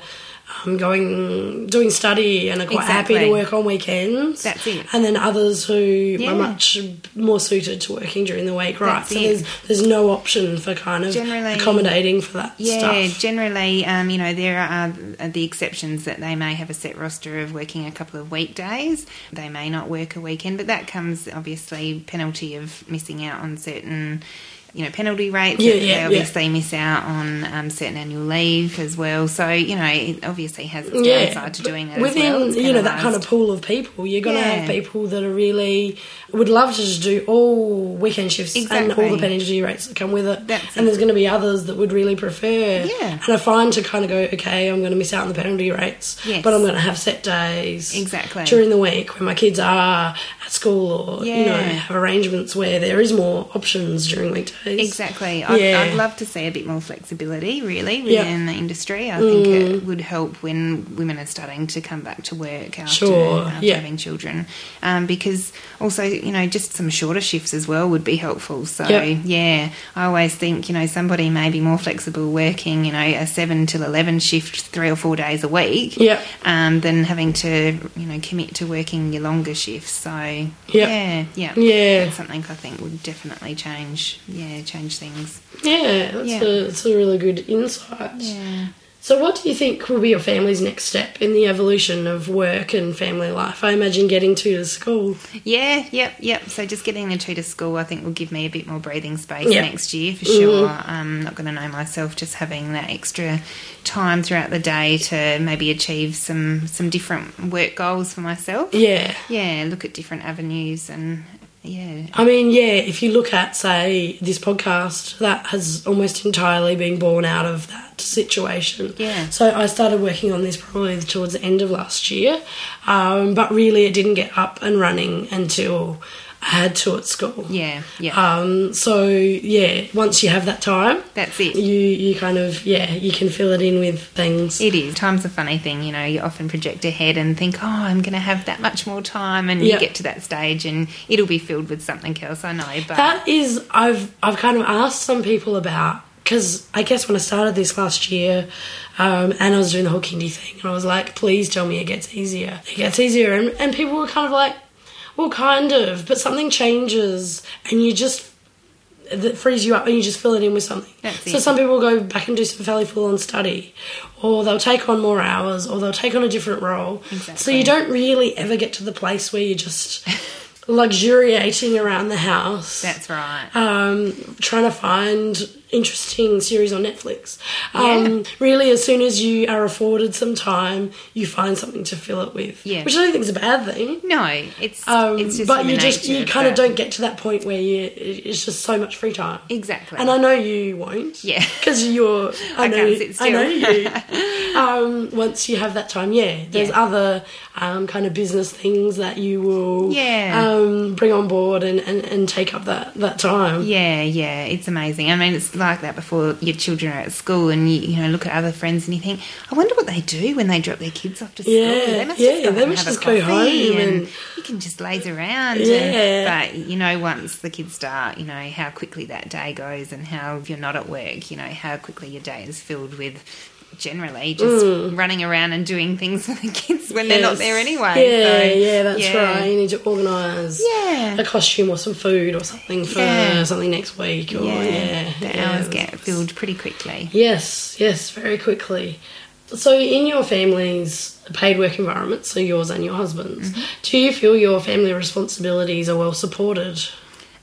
um, going doing study and are quite happy
Exactly.
to work on weekends.
That's it.
And then others who
Yeah.
are much more suited to working during the week, right?
That's
so
it.
there's there's no option for kind of
Generally-
accommodating for that
yeah,
stuff.
generally, um, you know, there are uh, the exceptions that they may have a set roster of working a couple of weekdays. They may not work a weekend, but that comes obviously penalty of missing out on certain you know, penalty rates.
Yeah,
They
yeah,
obviously miss out on um, certain annual leave as well. So, you know, it obviously has its downside to
but
doing that
within
as well. It's
you know that kind of
penalised.
pool of people you're going to
Yeah.
have people that are really would love to just do all weekend shifts and all
Exactly.
the penalty rates that come with it
That's
and
it.
there's going to be others that would really prefer
Yeah.
and i find to kind of go okay i'm going to miss out on the penalty rates
Yes.
but i'm going to have set days
Exactly.
during the week when my kids are at school or you know
Yeah.
have arrangements where there is more options during weekdays
Exactly. I'd,
Yeah.
I'd love to see a bit more flexibility, really,
Yeah.
within the industry. I think
Mm.
it would help when women are starting to come back to work after,
Sure,
after
yeah.
having children. Um, because also, you know, just some shorter shifts as well would be helpful. So,
Yeah.
yeah, I always think, you know, somebody may be more flexible working, you know, a 7 till 11 shift three or four days a week
Yeah.
um, than having to, you know, commit to working your longer shifts. So, yeah, yeah.
Yeah.
That's something I think would definitely change. Yeah, change things.
yeah that's,
Yeah.
A, that's a really good insight
Yeah.
So, what do you think will be your family's next step in the evolution of work and family life? I imagine getting to the school.
Yeah, yep, yep. So just getting the two to school, I think, will give me a bit more breathing space
Yeah. Mm-hmm.
next year for sure. I'm not going to know myself just having that extra time throughout the day to maybe achieve some some different work goals for myself.
Yeah.
Yeah, look at different avenues and yeah,
I mean, yeah, if you look at, say, this podcast, that has almost entirely been born out of that situation.
Yeah.
So I started working on this probably towards the end of last year, um, but really it didn't get up and running until I had to at school.
yeah, yeah.
Um, so yeah, once you have that time,
That's it.
you you kind of yeah you can fill it in with things.
It is. Time's a funny thing, you know. You often project ahead and think, oh, I'm going to have that much more time, and
Yeah.
you get to that stage and it'll be filled with something else. I know, but
That is, I've I've kind of asked some people about because I guess when I started this last year, um, and I was doing the whole kindy thing, and I was like, please tell me it gets easier. It gets easier, and and people were kind of like, well, kind of, but something changes, and you just that frees you up and you just fill it in with something.
That's
so
it.
some people go back and do some fairly full on study, or they'll take on more hours, or they'll take on a different role. So you
Exactly.
don't really ever get to the place where you're just luxuriating around the house
that's right.
um, trying to find interesting series on Netflix. Um, Really, as soon as you are afforded some time, you find something to fill it with.
Yeah.
Which I don't think is a bad thing.
no, it's
Um,
it's just
but you
human
just you
nature,
kind of
but-
don't get to that point where you it- it's just so much free time.
exactly.
And I know you won't.
Yeah.
Because you're. I,
I
know.
can't sit
I know
still.
you. um, once you have that time, yeah. There's
Yeah.
other um, kind of business things that you will
Yeah.
um, bring on board and, and, and take up that, that time.
Yeah, yeah, it's amazing. I mean, it's like that before your children are at school, and you, you know look at other friends and you think, I wonder what they do when they drop their kids off to school.
Yeah,
they must
yeah,
just go,
they
home and
must
have a
just go
coffee
home
and,
and-
you can just laze around.
Yeah.
And, but you know, once the kids start, you know how quickly that day goes, and how if you're not at work, you know how quickly your day is filled with. Generally, just running around and doing things for the kids when they're not
Mm. Yes.
there anyway.
Yeah,
So,
yeah, that's
yeah.
right. You need to organise
Yeah.
a costume or some food or something for
Yeah.
something next week. Or,
Yeah,
yeah,
the
oh, yeah,
hours
that's-
get filled pretty quickly.
Yes, yes, very quickly. So, in your family's paid work environment, so yours and your husband's,
Mm-hmm.
do you feel your family responsibilities are well supported?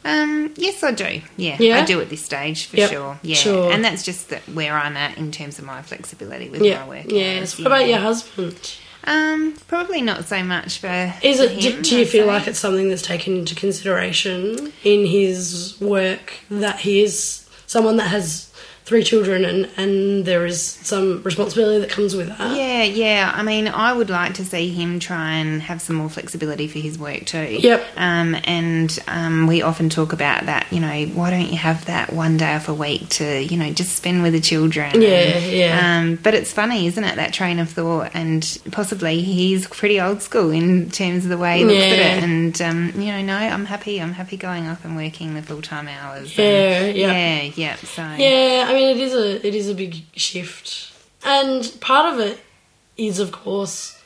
Um, yes, I do. Yeah,
Yeah?
I do at this stage for
Yep,
sure. Yeah,
sure.
and that's just that where I'm at in terms of my flexibility with
Yeah.
my work.
Yes.
hours,
What about
yeah.
your husband?
Um, probably not so much for.
Is
for
it? Do,
him,
do you
I'd
feel
say.
like it's something that's taken into consideration in his work that he is someone that has three children and and there is some responsibility that comes with that?
Yeah, yeah. I mean, I would like to see him try and have some more flexibility for his work too.
Yep.
Um, and um, we often talk about that. You know, why don't you have that one day off a week to you know just spend with the children?
Yeah,
And,
yeah.
Um, but it's funny, isn't it? That train of thought, and possibly he's pretty old school in terms of the way he looks at
Yeah.
it. And um, you know, no, I'm happy. I'm happy going off and working the full time hours.
Yeah,
and,
yeah.
yeah, yeah. So
Yeah, I mean it is a it is a big shift, and part of it is of course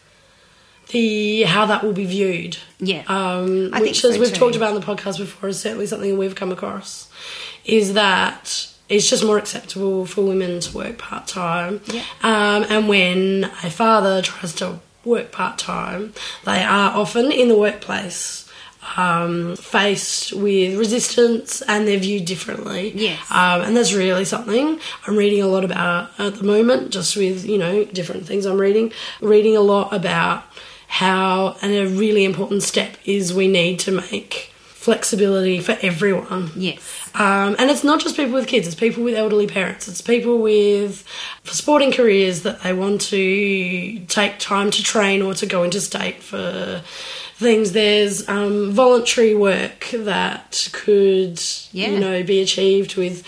the how that will be viewed.
Yeah.
um,
I think
which as
so
we've
too.
talked about in the podcast before is certainly something we've come across. Is that it's just more acceptable for women to work part time,
Yeah.
um, and when a father tries to work part time, they are often in the workplace. um, faced with resistance and they're viewed differently.
Yes.
Um, and that's really something I'm reading a lot about at the moment, just with, you know, different things I'm reading. Reading a lot about how, and a really important step is we need to make flexibility for everyone.
Yes.
Um, and it's not just people with kids, it's people with elderly parents, it's people with sporting careers that they want to take time to train or to go into state for things. There's um, voluntary work that could,
Yeah.
you know, be achieved with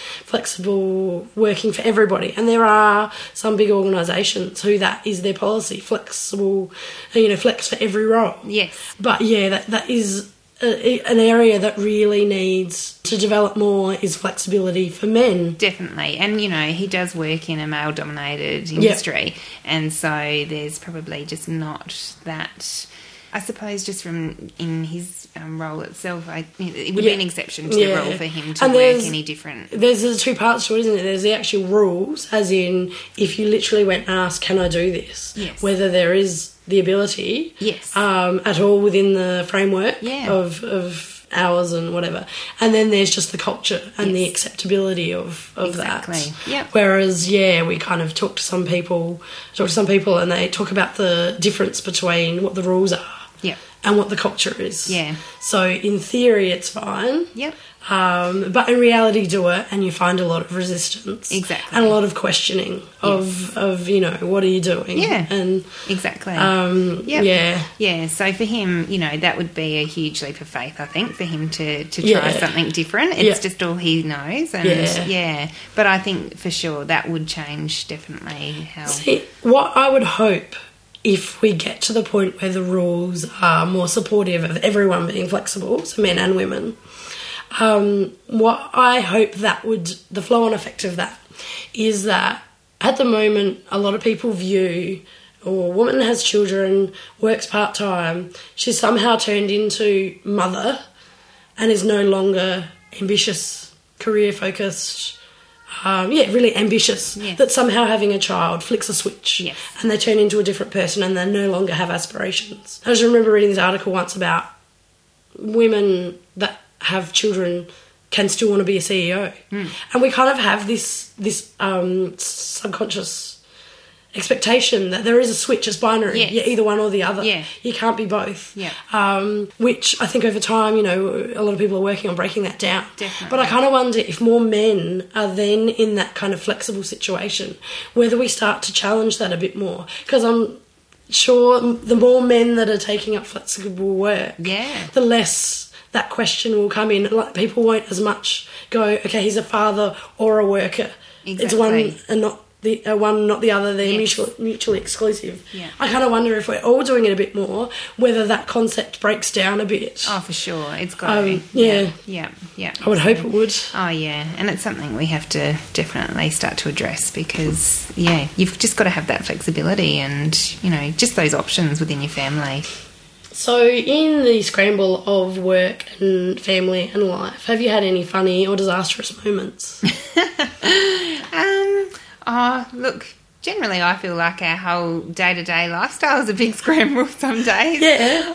flexible working for everybody. And there are some big organisations who that is their policy flexible, you know, flex for every role.
Yes.
But yeah, that, that is a, an area that really needs to develop more is flexibility for men.
Definitely. And, you know, he does work in a male dominated industry. And so there's probably just not that. I suppose just from in his um, role itself, I, it would be
Yeah.
an exception to
Yeah.
the role for him to
And
work
there's-
any different.
There's, there's two parts to it, isn't it? There's the actual rules, as in if you literally went and asked, "Can I do this?"
Yes.
Whether there is the ability,
Yes.
um, at all within the framework
Yeah.
of of hours and whatever. And then there's just the culture and the
Yes.
acceptability of of
Exactly.
that.
Yep.
Whereas, yeah, we kind of talk to some people, talk to some people, and they talk about the difference between what the rules are
Yep.
and what the culture is.
Yeah.
So in theory, it's fine.
Yep.
Um, but in reality, do it, and you find a lot of resistance,
Exactly.
and a lot of questioning of of you know what are you doing?
Yeah.
and
Exactly.
um,
Yep.
yeah,
Yeah, so for him, you know, that would be a huge leap of faith, I think, for him to, to try
Yeah.
something different. It's
Yeah.
just all he knows. And yeah.
Yeah.
but I think for sure that would change definitely how.
See, what I would hope if we get to the point where the rules are more supportive of everyone being flexible, so men and women, um, what I hope that would, the flow on effect of that, is that at the moment, a lot of people view or a woman has children, works part time, she's somehow turned into mother and is no longer ambitious, career focused, um, yeah, really ambitious.
Yeah.
That somehow having a child flicks a switch
Yes.
and they turn into a different person and they no longer have aspirations. I just remember reading this article once about women that have children can still want to be a CEO,
Hmm.
and we kind of have this this um, subconscious expectation that there is a switch. It's binary.
Yes.
You're either one or the other.
Yeah.
You can't be both.
Yeah.
Um, which I think over time, you know, a lot of people are working on breaking that down.
Definitely.
But I kind of wonder if more men are then in that kind of flexible situation, whether we start to challenge that a bit more. Because I'm sure the more men that are taking up flexible work,
Yeah.
the less that question will come in. Like people won't as much go, okay, he's a father or a worker. It's one
Exactly.
and not the uh, one, not the other. They're
Yes.
mutually, mutually exclusive.
Yeah.
I kind of wonder if we're all doing it a bit more, whether that concept breaks down a bit.
Oh, for sure. It's got to.
Um, yeah.
Yeah. Yeah.
I would hope it would.
Oh, yeah. And it's something we have to definitely start to address because, yeah, you've just got to have that flexibility and, you know, just those options within your family.
So, in the scramble of work and family and life, have you had any funny or disastrous moments?
Um. Oh, look. Generally, I feel like our whole day to day lifestyle is a big scramble some days.
Yeah,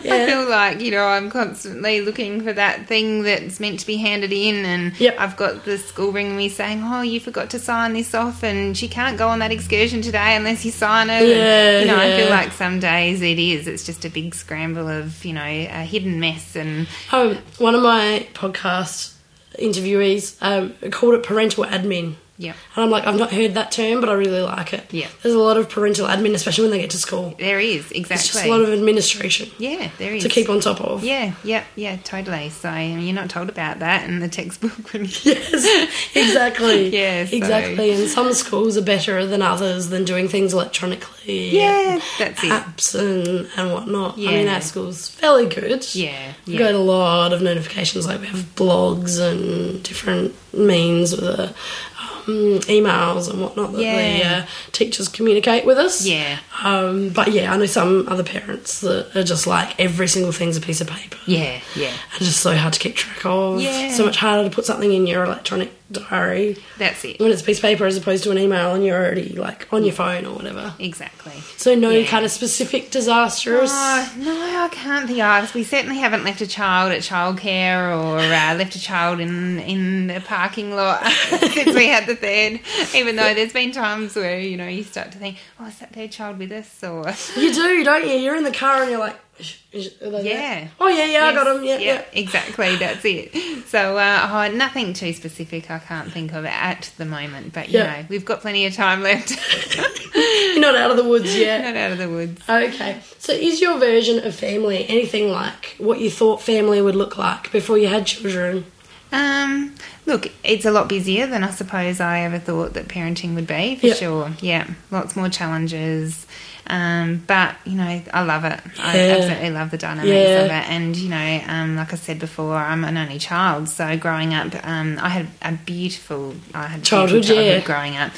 I
yeah.
feel like, you know, I'm constantly looking for that thing that's meant to be handed in, and
Yep.
I've got the school ringing me saying, Oh, you forgot to sign this off, and she can't go on that excursion today unless you sign it.
Yeah,
and, you know, I feel
yeah.
like some days it is. It's just a big scramble of, you know, a hidden mess. And
Um, one of my podcast interviewees um, called it parental admin.
yeah,
And I'm like, I've not heard that term, but I really like it.
Yeah.
There's a lot of parental admin, especially when they get to school.
there is, exactly.
It's just a lot of administration
yeah, there is.
to keep on top of.
Yeah, yeah, yeah, totally. So I mean, you're not told about that in the textbook. When you-
Yes, exactly.
Yeah, so-
exactly. And some schools are better than others than doing things electronically.
yeah,
and
that's it.
apps and, and whatnot. I mean,
Yeah.
our school's fairly good.
Yeah,
We
yeah.
get a lot of notifications, like we have blogs and different means with the um, emails and whatnot that
Yeah.
the uh, teachers communicate with us.
Yeah.
Um, but yeah, I know some other parents that are just like every single thing's a piece of paper.
Yeah, yeah,
And just so hard to keep track of.
Yeah.
So much harder to put something in your electronic diary
That's it.
when it's piece of paper as opposed to an email and you're already like on your phone or whatever.
Exactly.
So no
Yeah.
kind of specific disastrous.
Oh, no, I can't be honest. We certainly haven't left a child at childcare or uh, left a child in in a parking lot since we had the third. Even though there's been times where you know you start to think, oh, is that third child with us? Or
You do, don't you? You're in the car and you're like, "Sh- sh- are they there?"
Yeah.
Oh yeah, yeah, I got them. Yeah, yeah.
exactly. That's it. So uh, oh, nothing too specific. I can't think of at the moment, but you
Yeah.
know we've got plenty of time left.
You're not out of the woods yet.
Not out of the woods.
Okay. So is your version of family anything like what you thought family would look like before you had children?
Um, look, it's a lot busier than I suppose I ever thought that parenting would be, for
Yeah.
sure. Yeah, lots more challenges. Um, but you know, I love it. I
Yeah.
absolutely love the dynamics
Yeah.
of it. And you know, um, like I said before, I'm an only child, so growing up, um, I had a beautiful, I had a
Childhood,
beautiful
yeah.
childhood growing up.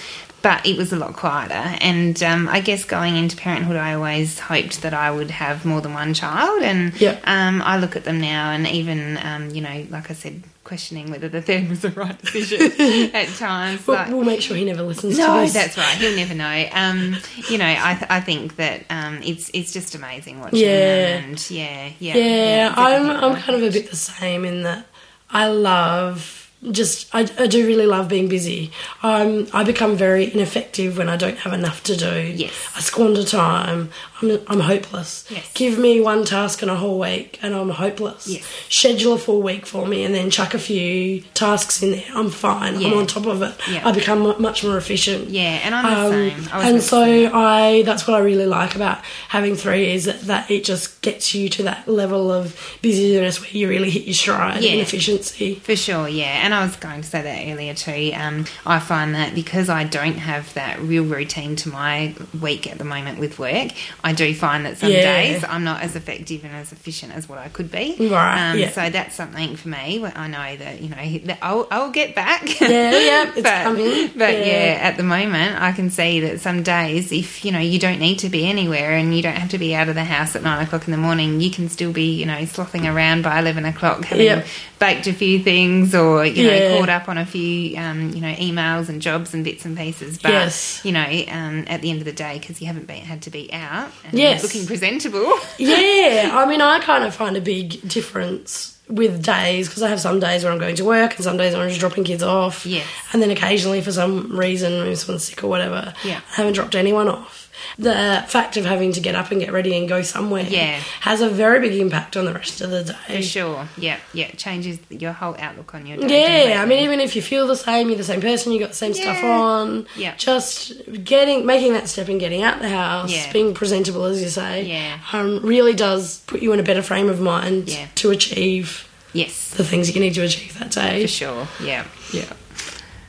But it was a lot quieter, and um, I guess going into parenthood, I always hoped that I would have more than one child, and
Yeah.
um, I look at them now, and even um, you know, like I said, questioning whether the third was the right decision at times.
We'll,
like-
we'll make sure he never listens to
no,
this.
that's right. He'll never know. Um, you know, I, th- I think that um, it's it's just amazing watching
Yeah.
them, and yeah, yeah,
yeah,
it's a
I'm
different
I'm
life.
kind of a bit the same in that I love just I, I do really love being busy. Um, I become very ineffective when I don't have enough to do.
Yes.
I squander time. I'm I'm hopeless.
Yes.
Give me one task in a whole week and I'm hopeless.
Yes.
Schedule a full week for me and then chuck a few tasks in there. I'm fine. I'm
Yeah.
on top of it.
Yeah.
I become mu- much more efficient.
yeah, and I'm
Um,
the same. I was
and
the
so
same.
I that's what I really like about having three is that, that it just gets you to that level of busyness where you really hit your stride
Yeah.
in efficiency.
For sure, yeah. And I was going to say that earlier too. Um, I find that because I don't have that real routine to my week at the moment with work, I do find that some
Yeah.
days I'm not as effective and as efficient as what I could be.
Right,
Um,
yeah.
So that's something for me. where I know that, you know, that I'll, I'll get back.
Yeah, yeah, it's
but,
coming.
But yeah.
Yeah.
at the moment, I can see that some days, if you know, you don't need to be anywhere and you don't have to be out of the house at nine o'clock in the morning, you can still be, you know, slothing around by eleven o'clock, having
Yep.
baked a few things or you know,
Yeah.
caught up on a few, um, you know, emails and jobs and bits and pieces. But
Yes.
you know, um, at the end of the day, because you haven't been had to be out, and
Yes.
looking presentable.
Yeah, I mean I kind of find a big difference with days because I have some days where I'm going to work and some days where I'm just dropping kids off.
Yes.
And then occasionally for some reason, maybe someone's sick or whatever,
Yeah.
I haven't dropped anyone off. The fact of having to get up and get ready and go somewhere
Yeah.
has a very big impact on the rest of the day.
For sure, yeah, yeah, it changes your whole outlook on your day.
Yeah, I
completely.
mean, even if you feel the same, you're the same person, you got the same stuff
Yeah.
on.
Yeah.
Just getting, making that step and getting out the house,
Yeah.
being presentable, as you say,
Yeah.
um, really does put you in a better frame of mind
Yeah.
to achieve
yes,
the things you need to achieve that
for
day.
sure, yeah, yeah.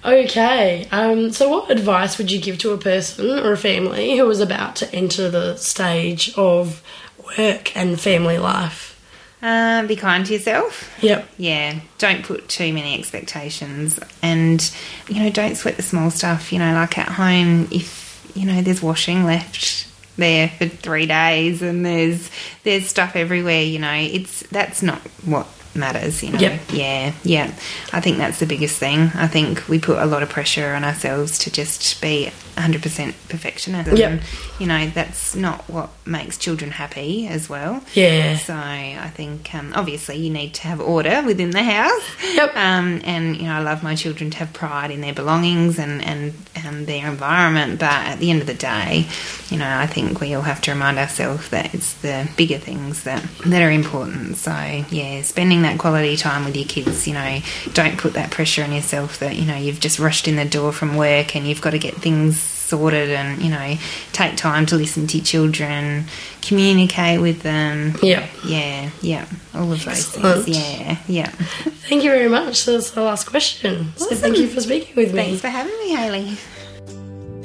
Okay, um, so what advice would you give to a person or a family who is about to enter the stage of work and family life?
Uh, be kind to yourself.
Yep.
Yeah, don't put too many expectations and, you know, don't sweat the small stuff. You know, like at home, if, you know, there's washing left there for three days and there's there's stuff everywhere you know it's that's not what matters you know
Yep.
yeah yeah i think that's the biggest thing i think we put a lot of pressure on ourselves to just be 100% perfectionist
Yep.
and you know that's not what makes children happy as well
Yeah.
so I think um, obviously you need to have order within the house.
Yep.
Um, and you know I love my children to have pride in their belongings and and and their environment. But at the end of the day, you know I think we all have to remind ourselves that it's the bigger things that that are important. So yeah, spending that quality time with your kids. You know, don't put that pressure on yourself that you know you've just rushed in the door from work and you've got to get things sorted and you know take time to listen to your children communicate with them
Yeah.
yeah yeah all of those
Excellent.
things yeah yeah
Thank you very much. That's the last question. So thank you for speaking with me.
thanks for having me haley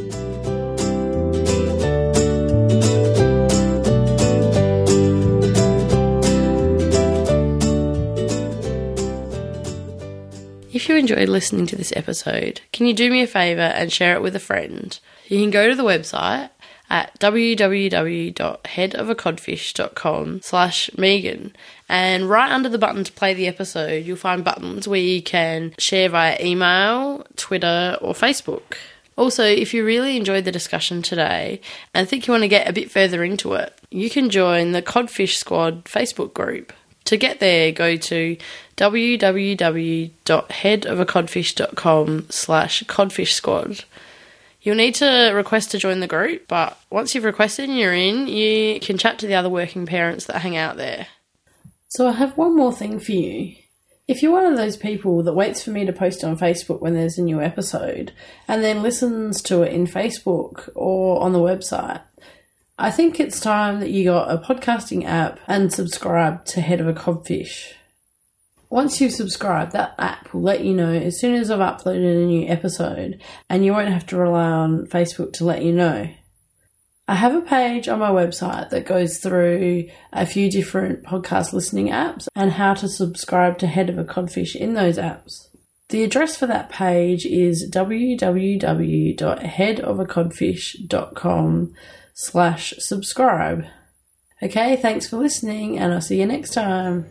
If you enjoyed listening to this episode, can you do me a favour and share it with a friend? You can go to the website at www.headofacodfish.com slash Megan. And right under the button to play the episode, you'll find buttons where you can share via email, Twitter, or Facebook. Also, if you really enjoyed the discussion today and think you want to get a bit further into it, you can join the Codfish Squad Facebook group. To get there, go to www.headofacodfish.com slash codfish squad. You'll need to request to join the group, but once you've requested and you're in, you can chat to the other working parents that hang out there. So I have one more thing for you. If you're one of those people that waits for me to post on Facebook when there's a new episode and then listens to it in Facebook or on the website, I think it's time that you got a podcasting app and subscribed to Head of a Codfish. Once you've subscribed, that app will let you know as soon as I've uploaded a new episode, and you won't have to rely on Facebook to let you know. I have a page on my website that goes through a few different podcast listening apps and how to subscribe to Head of a Codfish in those apps. The address for that page is www.headofacodfish.com slash subscribe. Okay, thanks for listening and I'll see you next time.